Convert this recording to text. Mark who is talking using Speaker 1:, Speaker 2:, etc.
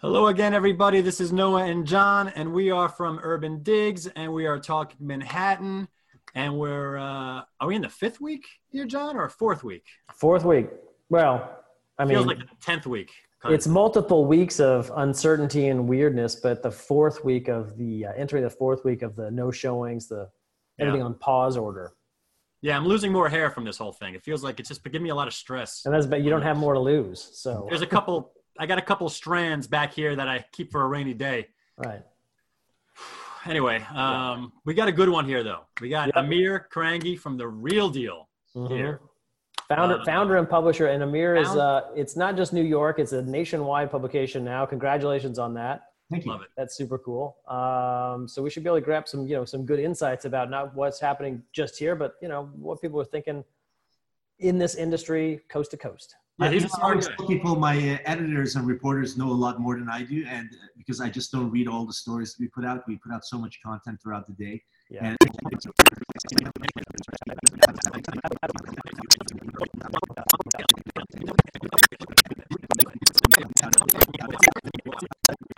Speaker 1: Hello again, everybody. This is Noah and John, and we are from Urban Digs, and we are talking Manhattan. And we're uh, are we in the fifth week here, John, or fourth week?
Speaker 2: Fourth week. Well, I mean,
Speaker 1: Feels like the tenth week. kinda.
Speaker 2: it's multiple weeks of uncertainty and weirdness, but the fourth week of the uh, entering the fourth week of the no showings, the
Speaker 1: Yeah.
Speaker 2: everything on pause order,
Speaker 1: yeah, I'm losing more hair from this whole thing. It feels like it's just giving me a lot of stress.
Speaker 2: and that's but you don't have more to lose. So
Speaker 1: There's a couple. I got a couple strands back here that I keep for a rainy day.
Speaker 2: right,
Speaker 1: Anyway, um, we got a good one here though. We got
Speaker 2: Yep.
Speaker 1: Amir Krangi from the Real Deal
Speaker 2: Mhm.
Speaker 1: here.
Speaker 2: founder,
Speaker 1: Uh,
Speaker 2: founder, and publisher, and Amir is
Speaker 1: found-
Speaker 2: uh, it's not just New York; it's a nationwide publication now. Congratulations on that.
Speaker 3: Thank you.
Speaker 1: Love it.
Speaker 2: That's super cool. Um, so we should be able to grab some, you know, some good insights about not what's happening just here, but you know what people are thinking in this industry, coast to coast.
Speaker 1: Yeah,
Speaker 3: I-
Speaker 1: he's
Speaker 3: you know,
Speaker 1: a
Speaker 3: I
Speaker 1: smart
Speaker 3: always
Speaker 1: guy.
Speaker 3: tell people my uh, editors and reporters know a lot more than I do, and uh, because I just don't read all the stories we put out, we put out so much content throughout the day.
Speaker 2: Yeah.
Speaker 3: And